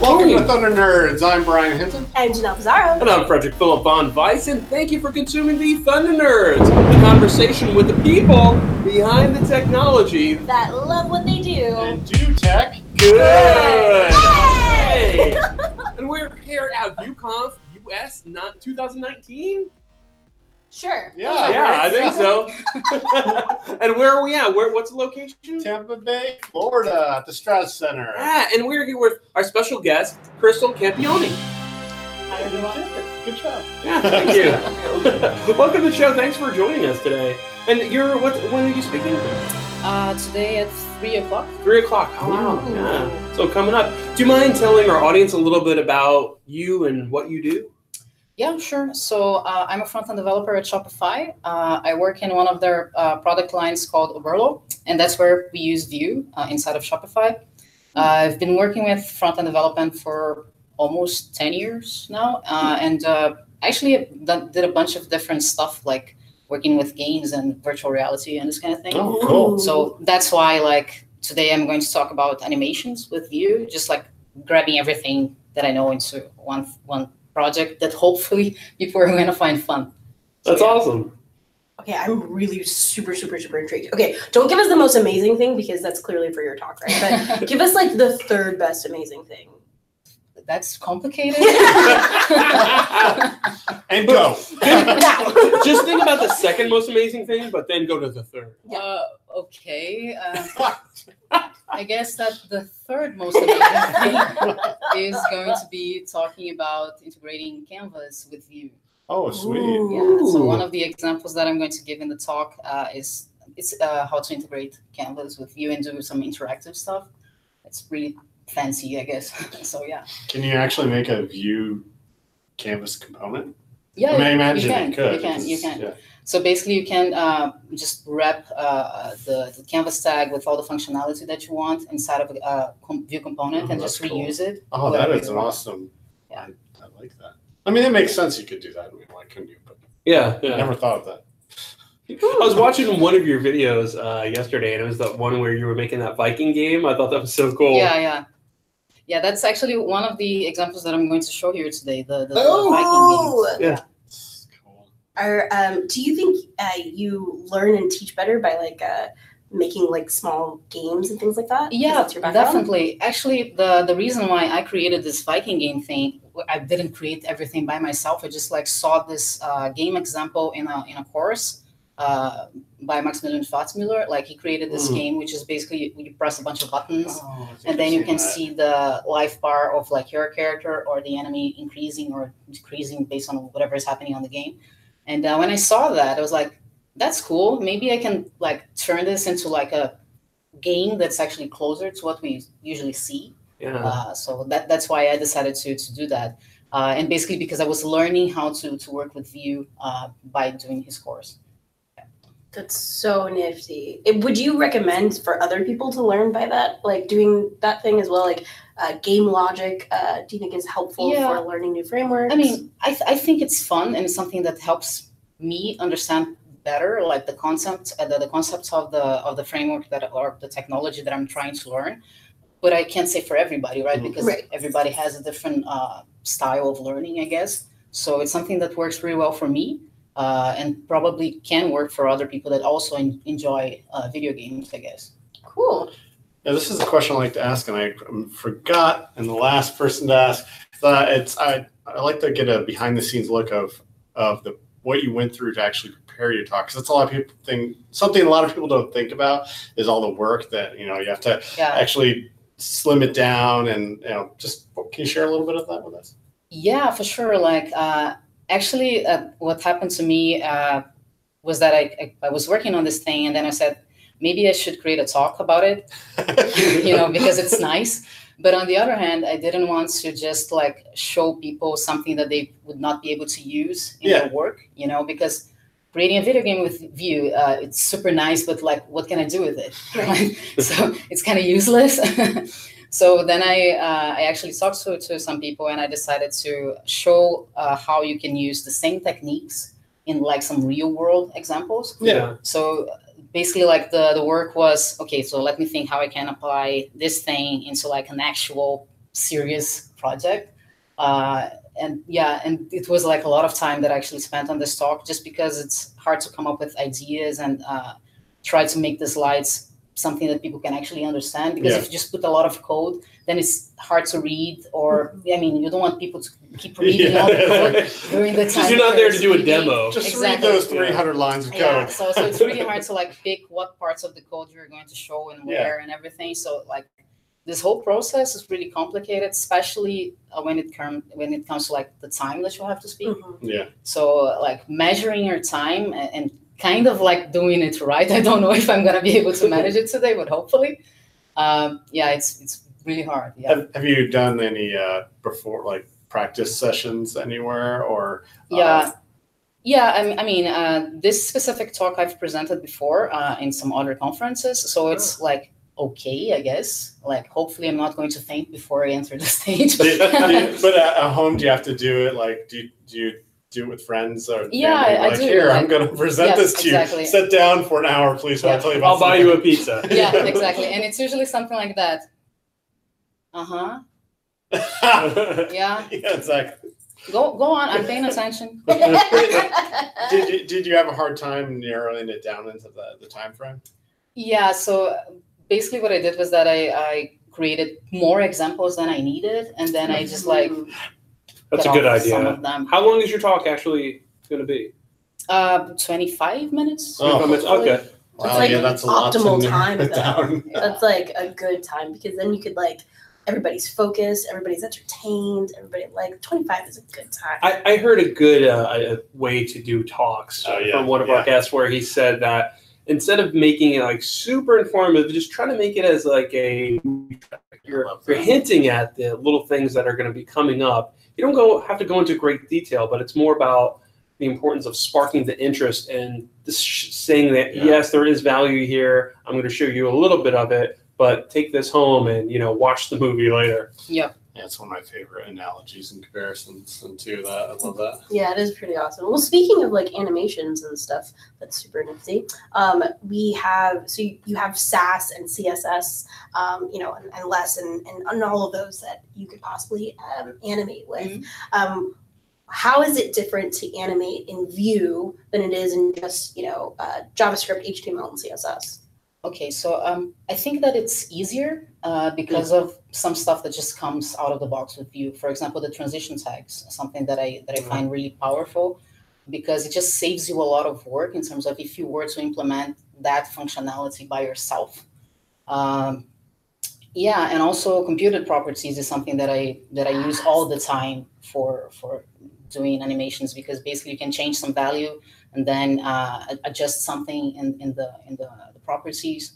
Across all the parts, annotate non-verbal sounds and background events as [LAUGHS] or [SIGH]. Welcome to Thunder Nerds. I'm Brian Hinton. And Janelle Pizarro. And I'm Frederick Philip von Weiss, and thank you for consuming the Thunder Nerds, the conversation with the people behind the technology. That love what they do. And do tech. Good! Yay! Hey! and we're here at UConf US not 2019? Sure. Yeah. yeah, I think so. [LAUGHS] and where are we at? Where, what's the location? Tampa Bay, Florida, at the Stratus Center. Ah, and we're here with our special guest, Crystal Campione. Good job. Yeah, thank you. Welcome to the show. Thanks for joining us today. And you're what? When are you speaking? Uh, today at three o'clock. Three o'clock. Oh, wow. Yeah. So coming up, do you mind telling our audience a little bit about you and what you do? Yeah, sure. So uh, I'm a front-end developer at Shopify. Uh, I work in one of their uh, product lines called Oberlo, and that's where we use Vue uh, inside of Shopify. Uh, I've been working with front-end development for almost 10 years now, uh, and uh, actually done, did a bunch of different stuff, like working with games and virtual reality and this kind of thing. Oh, cool. So that's why, like, today I'm going to talk about animations with you, just like grabbing everything that I know into one one project that hopefully people are going to find fun. That's yeah. awesome. Okay, I'm really super, super, super intrigued. Okay, don't give us the most amazing thing because that's clearly for your talk, right? [LAUGHS] But give us like the third best amazing thing. [LAUGHS] that's complicated. And go. Now. Just think about the second most amazing thing, but then go to the third. uh, okay. Uh, I guess that the third most amazing thing is going to be talking about integrating Canvas with Vue. oh, sweet. Ooh. Yeah. So Ooh. one of the examples that I'm going to give in the talk uh, is it's uh, how to integrate Canvas with you and do some interactive stuff. It's really fancy, I guess. [LAUGHS] so yeah, Can you actually make a view canvas component? yeah. I mean, I imagine you can, it could. you can, you can. Yeah. So basically, you can uh, just wrap uh, the, the Canvas tag with all the functionality that you want inside of a uh, com- view component Oh, and just that's cool. reuse it. Oh, that wherever is you an want. awesome. Yeah. I, I like that. I mean, it makes sense you could do that. I mean, why couldn't you? But Yeah, I yeah. never thought of that. I was watching one of your videos uh, yesterday, and it was that one where you were making that Viking game. I thought that was so cool. Yeah, yeah. Yeah, that's actually one of the examples that I'm going to show here today. The, the the Oh! Viking games. Ooh. It's cool. Are, um, do you think uh, you learn and teach better by like uh, making like small games and things like that? 'Cause Yeah, that's your background? definitely. Actually, the the reason why I created this Viking game thing, I didn't create everything by myself. I just like saw this uh, game example in a in a course uh, by Maximilian Fatzmüller. Like he created this Mm. game, which is basically you, you press a bunch of buttons, Oh, I think and then I've you seen can that. see the life bar of like your character or the enemy increasing or decreasing based on whatever is happening on the game. And uh, when I saw that, I was like, "That's cool. Maybe I can like turn this into like a game that's actually closer to what we usually see." yeah. Uh, so that that's why I decided to to do that. Uh, and basically because I was learning how to to work with Vue uh, by doing his course. That's so nifty. It- would you recommend for other people to learn by that, like doing that thing as well, like uh, game logic? Uh, do you think is helpful Yeah. for learning new frameworks? I mean, I, th- I think it's fun and it's something that helps me understand better, like the concept, uh, the, the concepts of the of the framework that or the technology that I'm trying to learn. But I can't say for everybody, right? Mhm. Because Right. everybody has a different uh, style of learning, I guess. So it's something that works really well for me, uh, and probably can work for other people that also en- enjoy uh, video games, I guess. cool. Yeah, this is a question I like to ask, and I um, forgot, and the last person to ask. Uh, it's I, I like to get a behind the scenes look of of the what you went through to actually prepare your talk because that's a lot of people think something a lot of people don't think about is all the work that you know you have to Yeah. actually slim it down and you know just can you share a little bit of that with [LAUGHS] us? Yeah, for sure. Like, uh, actually, uh, what happened to me uh, was that I, I, I was working on this thing, and then I said, maybe I should create a talk about it, [LAUGHS] you [LAUGHS] know, because it's nice. But on the other hand, I didn't want to just like show people something that they would not be able to use in their work, you know, because creating a video game with Vue, uh, it's super nice, but like, what can I do with it? [LAUGHS] Like, so it's kind of useless. [LAUGHS] so then I, uh, I actually talked to, to some people and I decided to show uh, how you can use the same techniques in like some real world examples. Yeah. So basically, like the the work was okay. So let me think how I can apply this thing into like an actual serious project. Uh, and yeah, and it was like a lot of time that I actually spent on this talk just because it's hard to come up with ideas and uh, try to make the slides something that people can actually understand because Yeah. if you just put a lot of code then it's hard to read or i mean you don't want people to keep reading [LAUGHS] all the code [LAUGHS] during the time Because you're not that there it's to do a reading. demo. [LAUGHS] Just Exactly. read those 300 lines of code. Yeah, so, so it's really hard to [LAUGHS] like pick what parts of the code you're going to show and Yeah. where and everything. So like this whole process is really complicated, especially uh, when it comes when it comes to like the time that you have to [LAUGHS] speak. Mhm. Yeah. So uh, like measuring your time and, and kind of like doing it right. I don't know if I'm gonna be able to manage it today, but hopefully, um, yeah, it's it's really hard. Yeah, Have, have you done any uh, before, like practice sessions anywhere or? uh, yeah. Yeah, I mean, I mean uh, this specific talk I've presented before uh, in some other conferences, so it's Oh. like okay, I guess. Like, hopefully, I'm not going to faint before I enter the [LAUGHS] stage. do- do you- but at, at home, do you have to do it? Like, do you, do you do it with friends or? Yeah, family? I- I like, do, Here, I'm like- going to present Yes, this to exactly. you. Sit down for an hour, please. While I Yeah. tell you about. I'll buy you a something. pizza. [LAUGHS] yeah, [LAUGHS] exactly, and it's usually something like that. Uh huh. Yeah, [LAUGHS] yeah, exactly. go go on. I'm paying attention. Uh, Did you, did you have a hard time narrowing it down into the, the time frame? Yeah, so basically, what I did was that I I created more examples than I needed, and then I just like That's a cut good off Some [LAUGHS] idea. of them, How long is your talk actually going to be? uh, 25 minutes. Oh. 25 minutes? Okay. Wow, It's like yeah, that's a lot to optimal narrow time, it though. down. Yeah. That's like a good time because then you could like everybody's focused, everybody's entertained, everybody like twenty five is a good time. I, I heard a good uh, a way to do talks Oh, yeah, from one of our yeah. guests where he said that instead of making it like super informative, just try to make it as like a you're, love you're that. hinting at the little things that are going to be coming up. You don't go have to go into great detail, but it's more about the importance of sparking the interest and this sh- saying that Yeah. yes, there is value here. I'm going to show you a little bit of it, but take this home and you know watch the movie later. Yeah, it's one of my favorite analogies and comparisons and to that. I love that. Yeah, it is pretty awesome. Well, speaking of like animations and stuff, that's super nifty. Um, we have so you, you have SAS and CSS, um, you know, and, and less and, and and all of those that you could possibly um, animate with. Mhm. Um, how is it different to animate in Vue than it is in just you know uh, JavaScript, HTML, and CSS? Okay, so um, I think that it's easier uh, because of some stuff that just comes out of the box with you. For example, the transition tags, something that I that I Mhm. find really powerful because it just saves you a lot of work in terms of if you were to implement that functionality by yourself. Um, yeah, and also computed properties is something that I that I use all the time for for doing animations because basically you can change some value and then uh, a- adjust something in, in the in the, the properties.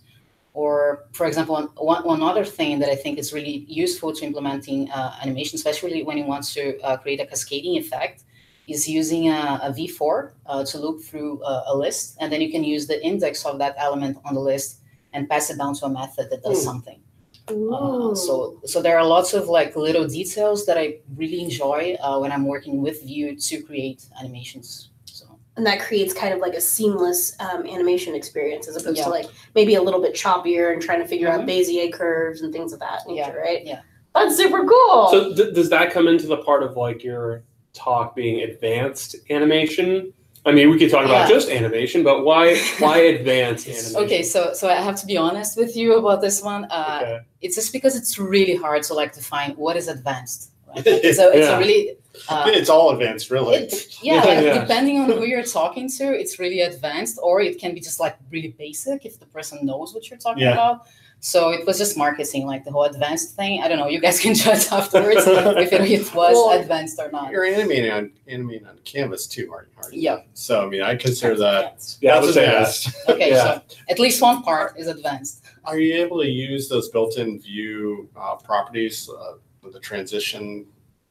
Or, for example, one- one, one other thing that I think is really useful to implementing uh, animation, especially when you want to uh, create a cascading effect, is using a a V4 uh, to loop through a, a list, and then you can use the index of that element on the list and pass it down to a method that does Hmm. something. Uh, so so there are lots of like little details that I really enjoy uh, when I'm working with Vue to create animations. So and that creates kind of like a seamless um, animation experience as opposed Yeah. to like maybe a little bit choppier and trying to figure Mhm. out Bezier curves and things of that nature, Yeah. right? Yeah. That's super cool. So th- does that come into the part of like your talk being advanced animation? I mean, we could talk about Yeah. just animation, but why why advanced animation? okay, so so I have to be honest with you about this one. Uh, Okay. It's just because it's really hard to like define what is advanced. Right? So it's Yeah. a really uh, [LAUGHS] it's all advanced, really. It, yeah, Yeah, like yeah. depending on who you're talking to, it's really advanced, or it can be just like really basic if the person knows what you're talking Yeah. about. So it was just marketing, like the whole advanced thing. I don't know. You guys [LAUGHS] can judge afterwards if it, it was Well, advanced or not. You're animating on animating on canvas too, aren't you? aren't you? Yeah. So I mean, I consider that Advanced. Yeah, I would that's say that. advanced. [LAUGHS] Okay, Yeah. so at least one part is advanced. Are you able to use those built-in view uh, properties, uh, with the transition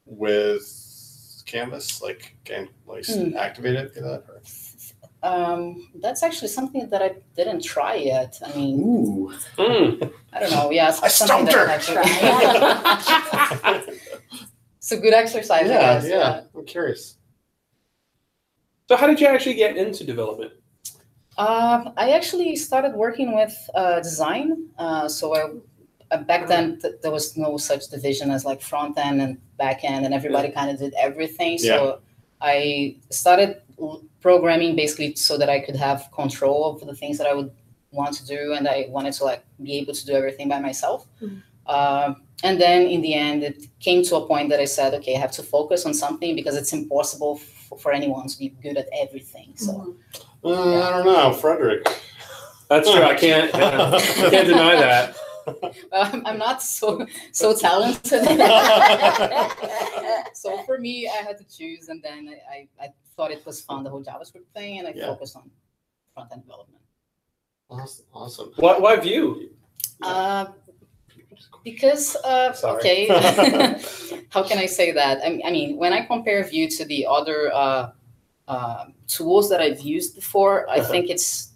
with canvas, like can like Hmm. activate it? for That or? Um, that's actually something that I didn't try yet. I mean, Ooh. Mm. I don't know. Yeah, I something stumped that her. I [LAUGHS] [LAUGHS] [LAUGHS] have to- it's a good exercise, I yeah, guess. yeah. I'm curious. So how did you actually get into development? Um, I actually started working with uh, design. Uh, so I, uh, back then th- there was no such division as like front end and back end, and everybody kind of did everything. So I started l- programming basically so that I could have control of the things that I would want to do, and I wanted to like be able to do everything by myself. Mhm. Um, and then in the end, it came to a point that I said, okay, I have to focus on something because it's impossible f- for anyone to be good at everything. So. Uh, I don't know, Frederick. That's true. I [LAUGHS] can't. uh, I Hmm. [LAUGHS] can't deny that. Well, Um, I'm, I'm not so so [LAUGHS] talented. so for me, I had to choose, and then I, I, I thought it was fun the whole JavaScript thing, and I Yeah. focused on front end development. Awesome. [LAUGHS] awesome. [LAUGHS] Why, why Vue? Yeah. Uh, because uh, Sorry. [LAUGHS] okay, how can I say that? I, mean- I mean, when I compare Vue to the other uh, uh, tools that I've used before, I Uh-huh. think it's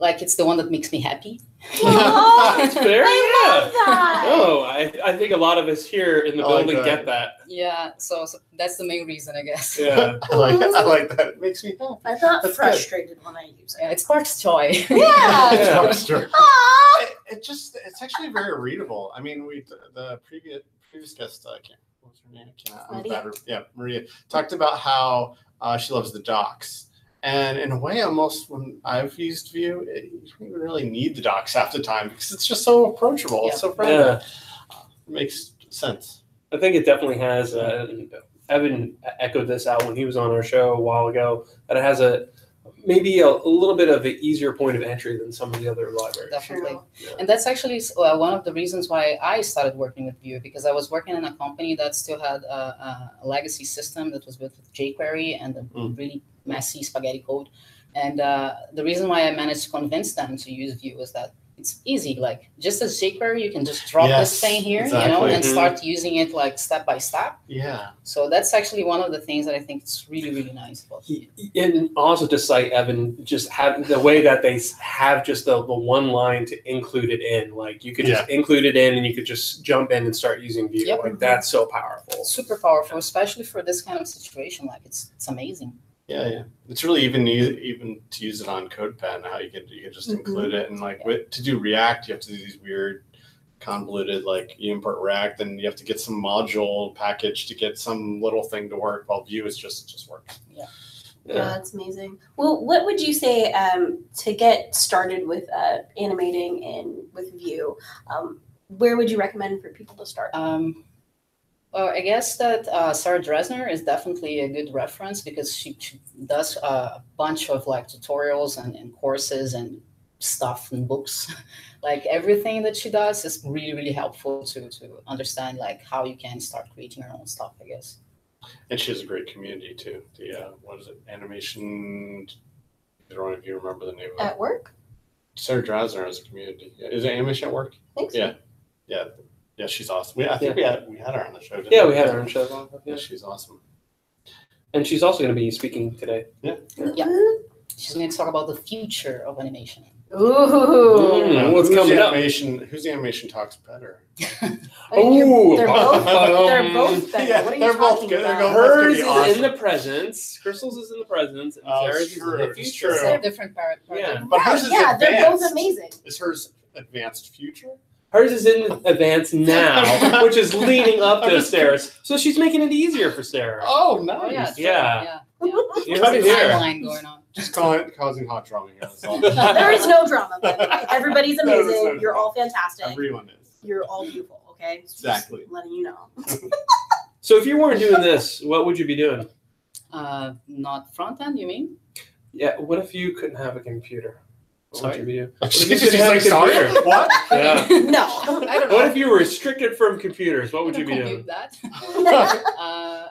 like it's the one that makes me [LAUGHS] happy. [LAUGHS] That's fair. I yeah. love that. Oh, I, I think a lot of us here in the I like building that. get that. yeah, so, so that's the main reason, I guess. Yeah. I like I like that. It makes me I'm not That's good. frustrated when I use Yeah, it. it's Park's joy. [LAUGHS] [LAUGHS] [LAUGHS] Yeah. It's Yeah. Armstrong. Aw. It, it just it's actually very readable. I mean, we the, the previous previous guest uh, can what was her name? Can I, I'm Maria. bad with- yeah, Maria talked about how uh, she loves the docs. And in a way, almost when I've used Vue, it, you don't even really need the docs half the time because it's just so approachable. It's so friendly. Yeah. It makes sense. I think it definitely has. Uh, Evan echoed this out when he was on our show a while ago that it has a maybe a, a little bit of an easier point of entry than some of the other libraries. Definitely. Yeah. And that's actually uh, one of the reasons why I started working with Vue because I was working in a company that still had a, a legacy system that was built with jQuery and a Mm. really messy spaghetti code. And uh, the reason why I managed to convince them to use Vue was that it's easy. Like just as jQuery, you can just drop Yes, this thing here, you know, exactly. Mm-hmm. and Mhm. start using it like step by step. Yeah. So that's actually one of the things that I think is really really nice about Vue. And also to cite Evan, just have the way that they s- have just the, the one line to include it in. Like you could just include it in and you could just jump in and start using Vue. Yep. Like that's so powerful. Super powerful, especially for this kind of situation. Like it's it's amazing. Yeah, yeah. It's really even u- even to use it on CodePen, how you can you can just Mm-hmm. Mhm. include it and like with, to do React, you have to do these weird convoluted like you import React, and you have to get some module package to get some little thing to work. While Vue is just just works. Yeah, Yeah. that's amazing. Well, what would you say um, to get started with uh, animating and with Vue? Um, where would you recommend for people to start? Um, well, I guess that uh, Sarah Dresner is definitely a good reference because she, she does uh, a bunch of like tutorials and, and courses and stuff and books. [LAUGHS] like everything that she does is really, really helpful to to understand like how you can start creating your own stuff. I guess. And she has a great community too. The uh, what is it? Animation. I don't know if you remember the name of Oh. it. At work? Sarah Drasner has a community. Yeah, Is it Animation at Work? I think so. Yeah, yeah, yeah. She's awesome. We, I think we had we had her on the show. Didn't Yeah, we had our own show. on. Yeah, Yeah. she's awesome. And she's also going to be speaking today. Yeah. Ooh. She's going to talk about the future of animation. [LAUGHS] Ooh. Mm, what's who's coming the up? animation, Who's the animation talks better? I mean, Ooh. [LAUGHS] they're both. They're Um, both better. yeah, what are you they're both talking good. They're both- That's gonna about? Hers be is awesome. in the presence. Crystal's is in the presence. And Oh, Sarah's it's is in true, the it's future. true. It's a different part. Yeah. But hers is yeah, they're both advanced. amazing. Is hers advanced future? Hers is in advance [LAUGHS] now, which is leaning up I'm to just Sarah's. So she's making it easier for Sarah. Oh, Oh yeah. nice. sure, Yeah. Yeah. You Cut heard it it There's a here. timeline going on. Just call it causing hot drama here. That's all. [LAUGHS] There is no drama. by the way. Everybody's No, there's no amazing. You're drama. all [LAUGHS] fantastic. Everyone is. [LAUGHS] You're all beautiful. Okay. Just Exactly. letting you know. So if you weren't doing this, what would you be doing? Uh, not front end, you mean? Yeah. What if you couldn't have a computer? What would you be doing? She's you just could have like, a sorry, computer? what? [LAUGHS] Yeah. No. [LAUGHS] I don't know. What if you were restricted from computers? What would you be doing? compute that? [LAUGHS] [LAUGHS] That's Uh,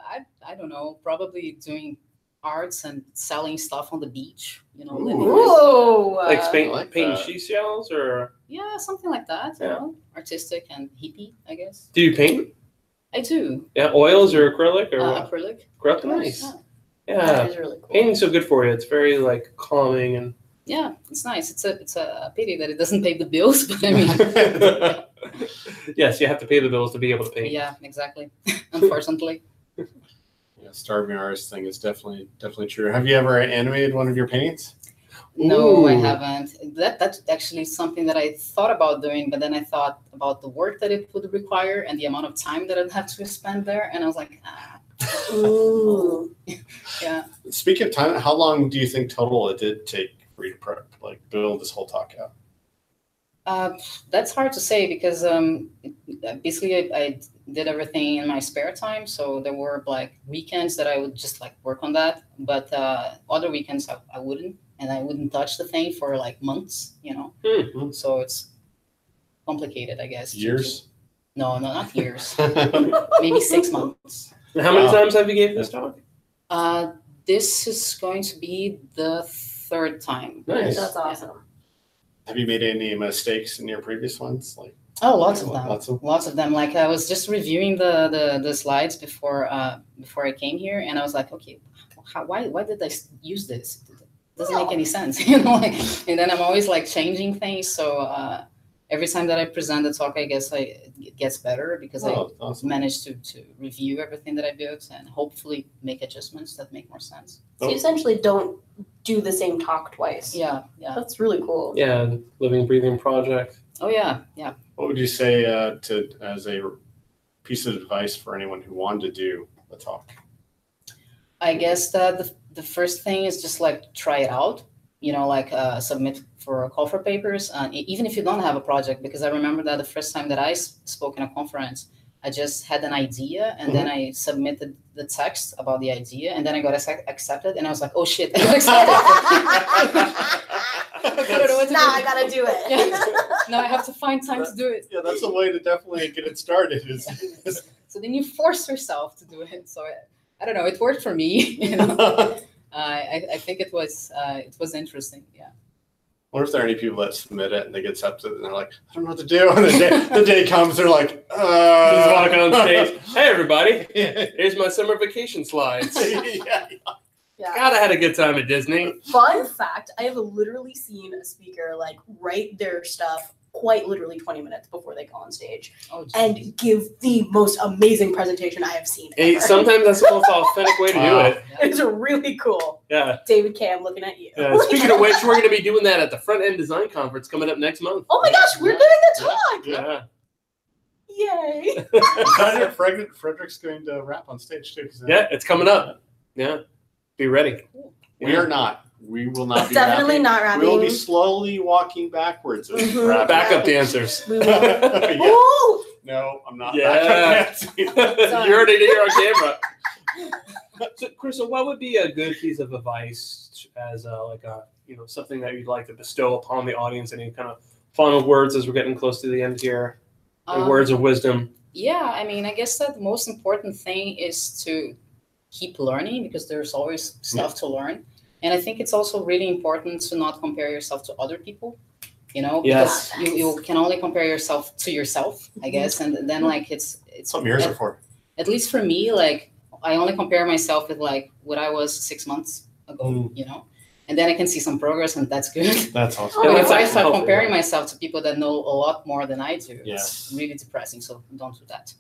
I I don't know. Probably doing arts and selling stuff on the beach. You know, living Ooh. [LAUGHS] this- Ooh. Like uh, paint, I like painting that. she shells, or yeah, something like that. You Yeah. know, artistic and hippie, I guess. do you paint? I do Yeah, oils or acrylic or uh, what? acrylic. Acrylic? Nice. Yeah. Yeah. That is really cool. Painting's so good for you. It's very like calming [LAUGHS] and [LAUGHS] Yeah, it's nice. It's a it's a pity that it doesn't pay the bills, [LAUGHS] but I mean, yes, you have to pay the bills to be able to paint. yeah, exactly. [LAUGHS] Unfortunately, Yeah, starving artist thing is definitely definitely true. Have you ever animated one of your paintings? No, I Ooh. haven't. That that's actually something that I thought about doing, but then I thought about the work that it would require and the amount of time that I'd have to spend there, and I was like, ah, Ooh. yeah. Speaking of time, how long do you think total it did take for you to prep, like build this whole talk out? Uh, that's hard to say because um, basically I, I did everything in my spare time. So there were like weekends that I would just like work on that, but uh, other weekends I, I wouldn't, and I wouldn't touch the thing for like months, you know. Mhm. So it's complicated, I guess. to- [LAUGHS] to- Years? No, no, not years. Wow. Maybe six months. And How many Wow. times have you gave this talk? Uh, this is going to be the third time. Nice. That's awesome. Have you made any mistakes in your previous ones? Like Oh, lots of them. Lots of- lots of them. Like I was just reviewing the the, the slides before uh, before I came here, and I was like, okay, how, why why did I s- use this? It doesn't make any sense, [LAUGHS] you know. Like, and then I'm always like changing things. So uh, every time that I present the talk, I guess I it gets better because I oh, awesome. managed to to review everything that I built and hopefully make adjustments that make more sense. So you essentially don't do the same talk twice. Yeah, yeah. That's really cool. Yeah, the living, breathing project. Oh yeah, yeah. What would you say uh, to as a piece of advice for anyone who wanted to do a talk? [LAUGHS] I guess that the, the first thing is just like try it out, you know, like uh, submit for a call for papers, uh, e- even if you don't have a project. Because I remember that the first time that I s- spoke in a conference, I just had an idea and then I submitted the text about the idea and then I got ac- accepted and I was like, oh shit, [LAUGHS] I got accepted. [LAUGHS] That's- what to Now do. I gotta do it. [LAUGHS] Yeah. now I have to find time to do it. yeah, that's a way to definitely get it started. Is, [LAUGHS] is- So then you force yourself to do it. So I, I don't know, it worked for me. [LAUGHS] You [LAUGHS] know? uh, I, I think it was uh, it was interesting. Yeah. wonder if there are any people that submit it and they get accepted and they're like, I don't know what to do. [LAUGHS] And the day, the day comes, they're like, uh, [LAUGHS] Just walk on stage. Hey, everybody. [LAUGHS] [LAUGHS] yeah, Here's my summer vacation slides. [LAUGHS] yeah. Yeah. God, I had a good time at Disney. Fun fact, I have literally seen a speaker like write their stuff quite literally 20 minutes before they go on stage Oh, and give the most amazing presentation I have seen. Hey, ever. [LAUGHS] sometimes that's the most authentic way to Wow. do it. yeah. it's really cool. Yeah. David K, I'm looking at you. yeah. Speaking [LAUGHS] of which, we're going to be doing that at the Front End Design Conference coming up next month. oh my gosh, we're doing the talk! Yeah. Yay! Frederick- Frederick- Frederick's going to rap on stage too. 'cause [LAUGHS] Yeah, it's coming up. Yeah. Be ready. We are not. We will not be Definitely rapping. not rapping. We will be slowly walking backwards. as we Mhm. rap. backup dancers. We [LAUGHS] will. Yeah. Ooh! No, I'm not. [LAUGHS] Yeah. Back up dancing. You're already here on camera. So, Crystal, what would be a good piece of advice as a, like a you know something that you'd like to bestow upon the audience? Any kind of final words as we're getting close to the end here? Any Um, words of wisdom? Yeah, I mean, I guess that the most important thing is to keep learning because there's always stuff to learn. And I think it's also really important to not compare yourself to other people, you know, Yes. because you, you can only compare yourself to yourself, I Mm-hmm. guess. And then like it's it's That's what mirrors are for. at least for me, like I only compare myself with like what I was six months ago, Mm. you know? And then I can see some progress and that's good. [LAUGHS] That's Oh, awesome. But yeah. if I start Healthy, comparing yeah. myself to people that know a lot more than I do, Yes. it's really depressing. So don't do that.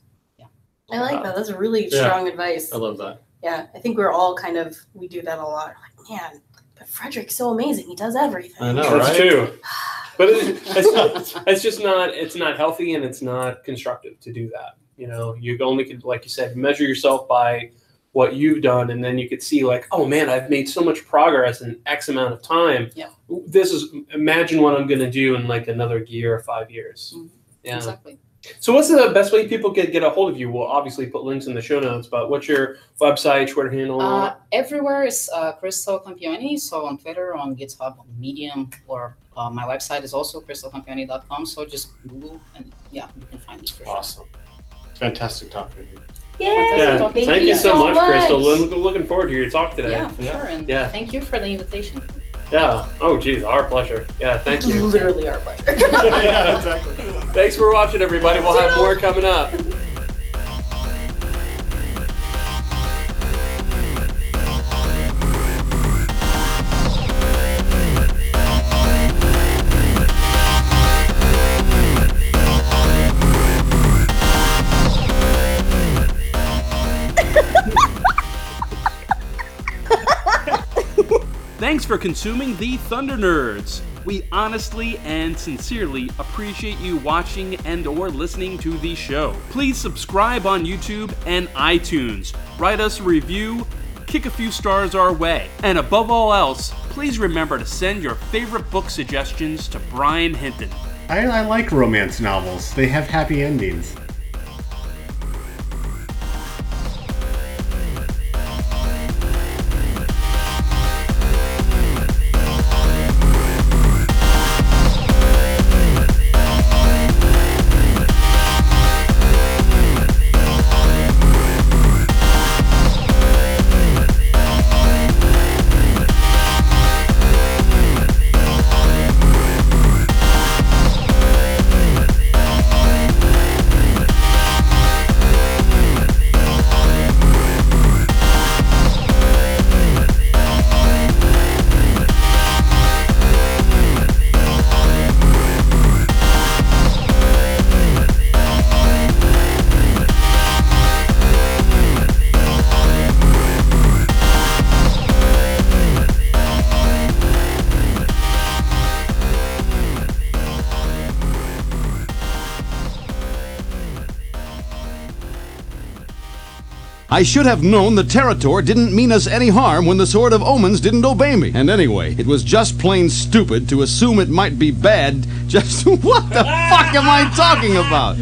I like that. That's really Yeah. strong advice. I love that. Yeah, I think we're all kind of we do that a lot. Like, man, but Frederick's so amazing. He does everything. I know, That's right? true. [LAUGHS] But it, it's, it's just not it's not healthy and it's not constructive to do that. You know, you only could like you said measure yourself by what you've done, and then you could see like, oh man, I've made so much progress in X amount of time. Yeah. This is imagine what I'm going to do in like another year or five years. Mhm. Yeah. Exactly. So what's the best way people can get a hold of you? We'll obviously put links in the show notes, but what's your website, Twitter handle? Uh, everywhere is uh, Crystal Campioni. So on Twitter, on GitHub, on Medium, or uh, my website is also crystalcampioni.com. So just Google and yeah, you can find me for sure. Awesome. Fantastic [LAUGHS] talking to you. Yay! yeah. Thank Thank, you you so so much, Crystal. Look- Looking forward to your talk today. Yeah, for sure. And Yeah. thank you for the invitation. Yeah. Oh, geez, our pleasure. Yeah, thank you. Literally our pleasure. [LAUGHS] yeah, exactly. Thanks for watching, everybody. We'll have more coming up. Thanks for consuming the Thunder Nerds. We honestly and sincerely appreciate you watching and or listening to the show. Please subscribe on YouTube and iTunes. Write us a review, kick a few stars our way. And above all else, please remember to send your favorite book suggestions to Brian Hinton. I, I like romance novels. They have happy endings. I should have known the Territor didn't mean us any harm when the Sword of Omens didn't obey me. And anyway, it was just plain [LAUGHS] stupid to assume it might be bad just. what the fuck am I talking about?